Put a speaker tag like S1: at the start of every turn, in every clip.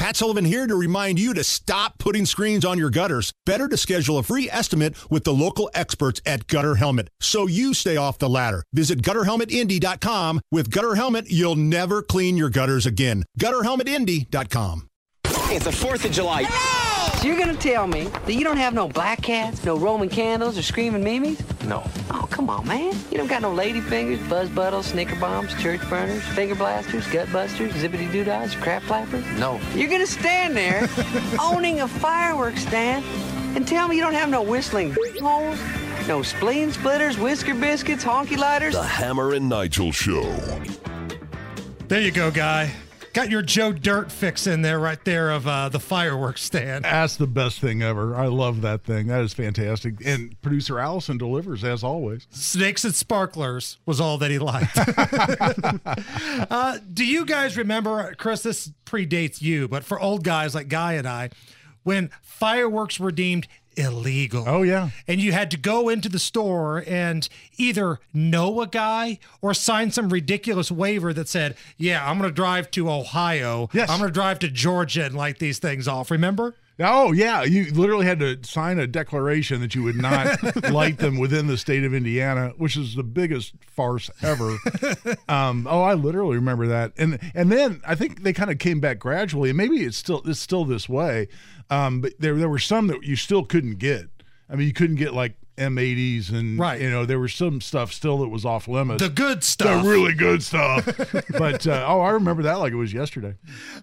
S1: Matt Sullivan here to remind you to stop putting screens on your gutters. Better to schedule a free estimate with the local experts at Gutter Helmet so you stay off the ladder. Visit gutterhelmetindy.com. With Gutter Helmet, you'll never clean your gutters again. Gutterhelmetindy.com.
S2: It's the 4th of July.
S3: So you're gonna tell me that you don't have no black cats, no Roman candles, or screaming memes?
S4: No.
S3: Oh, come on, man. You don't got no lady fingers, buzz buttles, snicker bombs, church burners, finger blasters, gut busters, zippity doodads, crap flappers?
S4: No.
S3: You're gonna stand there owning a fireworks stand and tell me you don't have no whistling holes, no spleen splitters, whisker biscuits, honky lighters?
S5: The Hammer and Nigel Show.
S6: There you go, guy. Got your Joe Dirt fix in there, right there of uh, the fireworks stand.
S7: That's the best thing ever. I love that thing. That is fantastic. And producer Allison delivers as always.
S6: Snakes and sparklers was all that he liked. uh, do you guys remember, Chris? This predates you, but for old guys like Guy and I, when fireworks were deemed illegal.
S7: Oh, yeah.
S6: and you had to go into the store and either know a guy or sign some ridiculous waiver that said, "Yeah, I'm going to drive to Ohio.
S7: Yes.
S6: I'm going to drive to Georgia and light these things off." Remember?
S7: Oh yeah, you literally had to sign a declaration that you would not light them within the state of Indiana, which is the biggest farce ever. um, oh, I literally remember that, and and then I think they kind of came back gradually, and maybe it's still it's still this way, um, but there there were some that you still couldn't get. I mean, you couldn't get like M80s and
S6: Right.
S7: you know there was some stuff still that was off limits.
S6: The good
S7: the
S6: stuff.
S7: really good stuff, but uh, oh, I remember that like it was yesterday.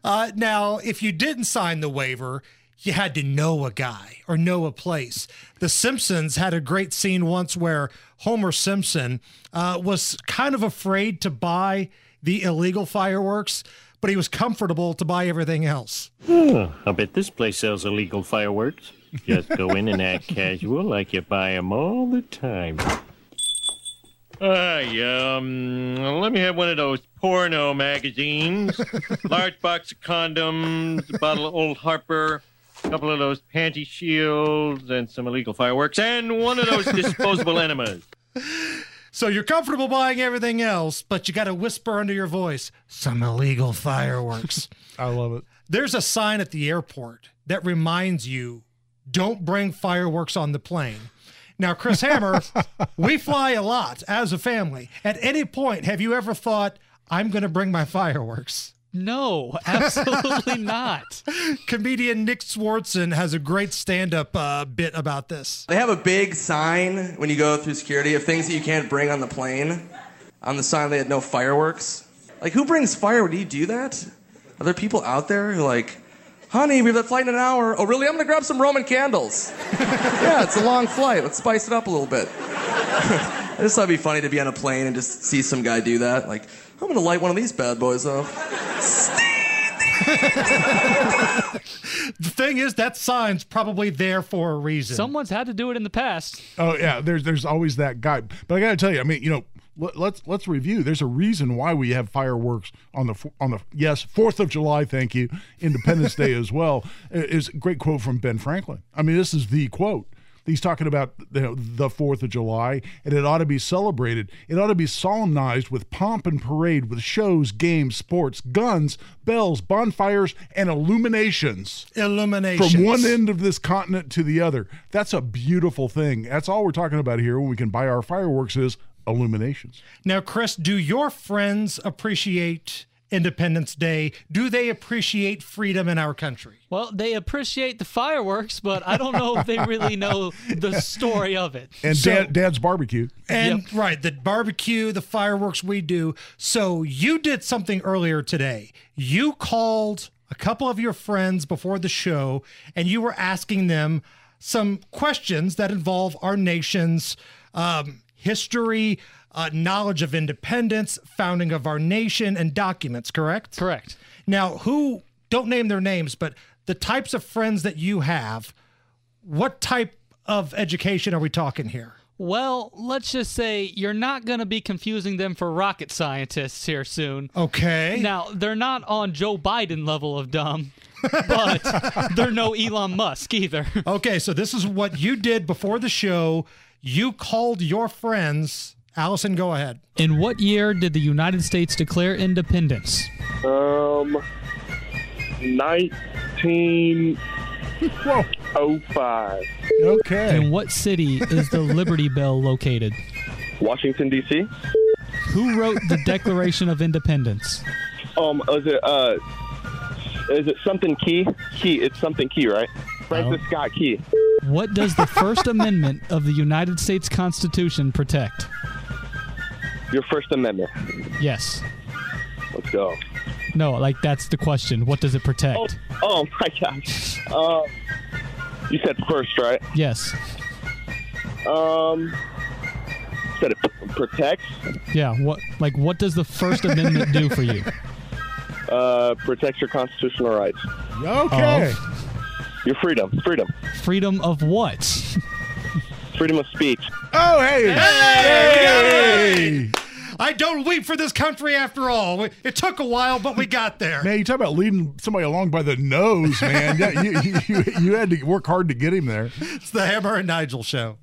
S6: Uh, now, if you didn't sign the waiver, you had to know a guy or know a place. The Simpsons had a great scene once where Homer Simpson uh, was kind of afraid to buy the illegal fireworks, but he was comfortable to buy everything else.
S8: I bet this place sells illegal fireworks. Just go in and act casual like you buy 'em all the time. Hi, um, let me have one of those porno magazines, large box of condoms, a bottle of Old Harper, a couple of those panty shields, and some illegal fireworks, and one of those disposable enemas.
S6: So you're comfortable buying everything else, but you got to whisper under your voice some illegal fireworks.
S7: I love it.
S6: There's a sign at the airport that reminds you don't bring fireworks on the plane. Now, Chris Hammer, we fly a lot as a family. At any point, have you ever thought, I'm going to bring my fireworks?
S9: No, absolutely not.
S6: Comedian Nick Swartzen has a great stand up uh, bit about this.
S10: They have a big sign when you go through security of things that you can't bring on the plane. On the sign, they had no fireworks. Like, who brings fireworks? Do you do that? Are there people out there who, like, honey, we have that flight in an hour. Oh, really? I'm gonna grab some Roman candles. yeah, it's a long flight. Let's spice it up a little bit. I just thought it'd be funny to be on a plane and just see some guy do that. Like, I'm gonna light one of these bad boys up.
S6: The thing is, that sign's probably there for a reason.
S9: Someone's had to do it in the past.
S7: Oh yeah, there's there's always that guy. But I got to tell you, I mean, you know, let, let's let's review. There's a reason why we have fireworks on the fo- on the yes Fourth of July. Thank you, Independence Day as well. I- Is a great quote from Ben Franklin. I mean, this is the quote. He's talking about you know, the Fourth of July, and it ought to be celebrated. It ought to be solemnized with pomp and parade, with shows, games, sports, guns, bells, bonfires, and illuminations
S6: Illumination.
S7: from one end of this continent to the other. That's a beautiful thing. That's all we're talking about here when we can buy our fireworks is illuminations.
S6: Now, Chris, do your friends appreciate Independence Day? Do they appreciate freedom in our country?
S9: Well, they appreciate the fireworks, but I don't know if they really know the story of it.
S7: And
S6: So-
S7: dad, dad's barbecue.
S6: And right, the barbecue, the fireworks we do. So you did something earlier today. You called a couple of your friends before the show and you were asking them some questions that involve our nation's um, history, uh, knowledge of independence, founding of our nation, and documents, correct?
S9: Correct.
S6: Now, who don't name their names, but the types of friends that you have, what type of education are we talking here?
S9: Well, let's just say you're not going to be confusing them for rocket scientists here soon.
S6: Okay.
S9: Now, they're not on Joe Biden level of dumb, but they're no Elon Musk either.
S6: Okay, so this is what you did before the show. You called your friends. Allison, go ahead.
S9: In what year did the United States declare independence?
S8: Um,
S7: Whoa.
S10: 1905.
S9: In
S7: Okay.
S9: what city is the Liberty Bell located?
S10: Washington, D.C.
S9: Who wrote the Declaration of Independence?
S10: Um, is it, uh, is it something key? Key. It's something key, right? Francis Scott Key.
S9: What does the First Amendment of the United States Constitution protect?
S10: Your First Amendment.
S9: Yes.
S10: Let's go.
S9: No, like that's the question. What does it
S10: Oh,
S9: protect?
S10: oh my gosh. Um, you said first, right?
S9: Yes.
S10: Um, said it p- protects,
S9: Yeah, what like what does the First Amendment do for you?
S10: uh, protects your constitutional rights,
S7: Okay.
S10: your freedom, freedom,
S9: Freedom of what?
S10: freedom of speech.
S7: Oh, hey. Hey.
S6: I don't weep for this country after all. It took a while, but we got there.
S7: Man, you talk about leading somebody along by the nose, man. Yeah, you, you, you had to work hard to get him there.
S6: It's the Hammer and Nigel show.